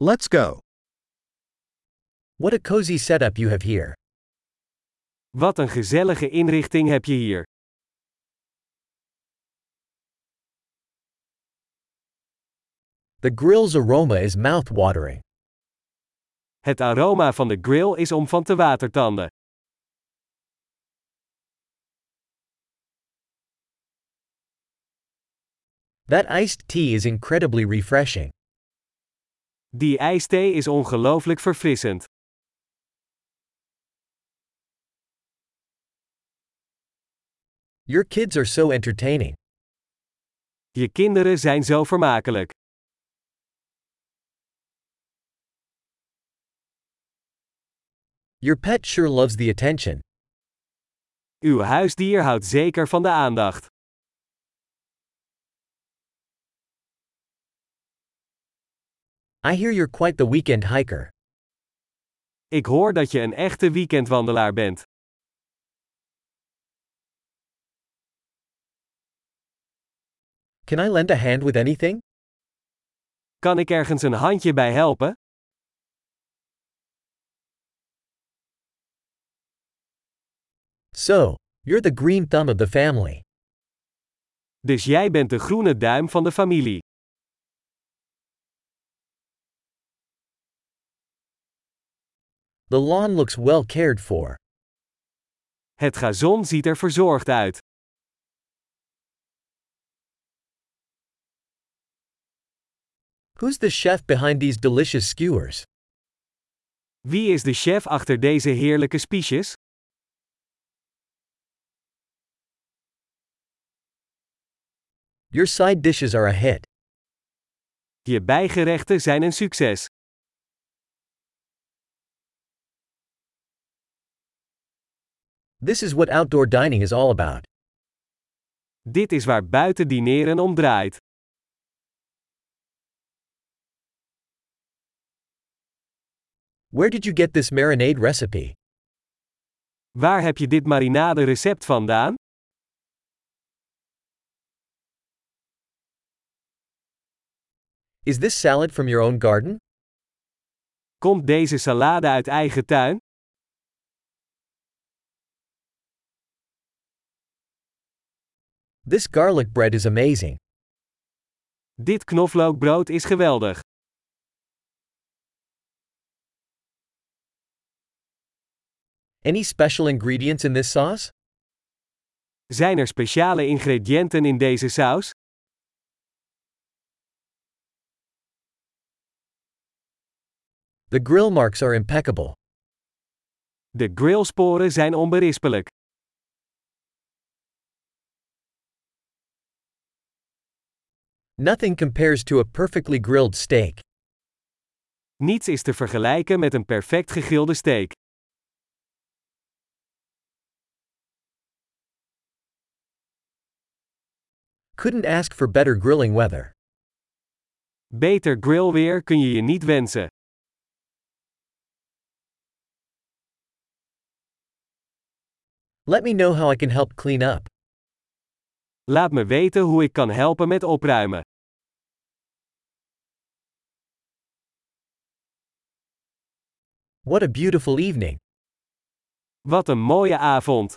Let's go. What a cozy setup you have here. Wat een gezellige inrichting heb je hier. The grill's aroma is mouth-watering. Het aroma van de grill is om van te watertanden. That iced tea is incredibly refreshing. Die ijsthee is ongelooflijk verfrissend. Your kids are so entertaining. Je kinderen zijn zo vermakelijk. Your pet sure loves the attention. Uw huisdier houdt zeker van de aandacht. I hear you're quite the weekend hiker. Ik hoor dat je een echte weekendwandelaar bent. Can I lend a hand with anything? Kan ik ergens een handje bij helpen? So, you're the green thumb of the family. Dus jij bent de groene duim van de familie. The lawn looks well cared for. Het gazon ziet er verzorgd uit. Who's the chef behind these delicious skewers? Wie is de chef achter deze heerlijke spiesjes? Your side dishes are a hit. Je bijgerechten zijn een succes. This is what outdoor dining is all about. Dit is waar buiten dineren om draait. Where did you get this marinade recipe? Waar heb je dit marinade recept vandaan? Is this salad from your own garden? Komt deze salade uit eigen tuin? This garlic bread is amazing. Dit knoflookbrood is geweldig. Any special ingredients in this sauce? Zijn er speciale ingrediënten in deze saus? The grill marks are impeccable. De grillsporen zijn onberispelijk. Nothing compares to a perfectly grilled steak. Niets is te vergelijken met een perfect gegrilde steak. Couldn't ask for better grilling weather. Beter grillweer kun je je niet wensen. Let me know how I can help clean up. Laat me weten hoe ik kan helpen met opruimen. What a beautiful evening. Wat een mooie avond!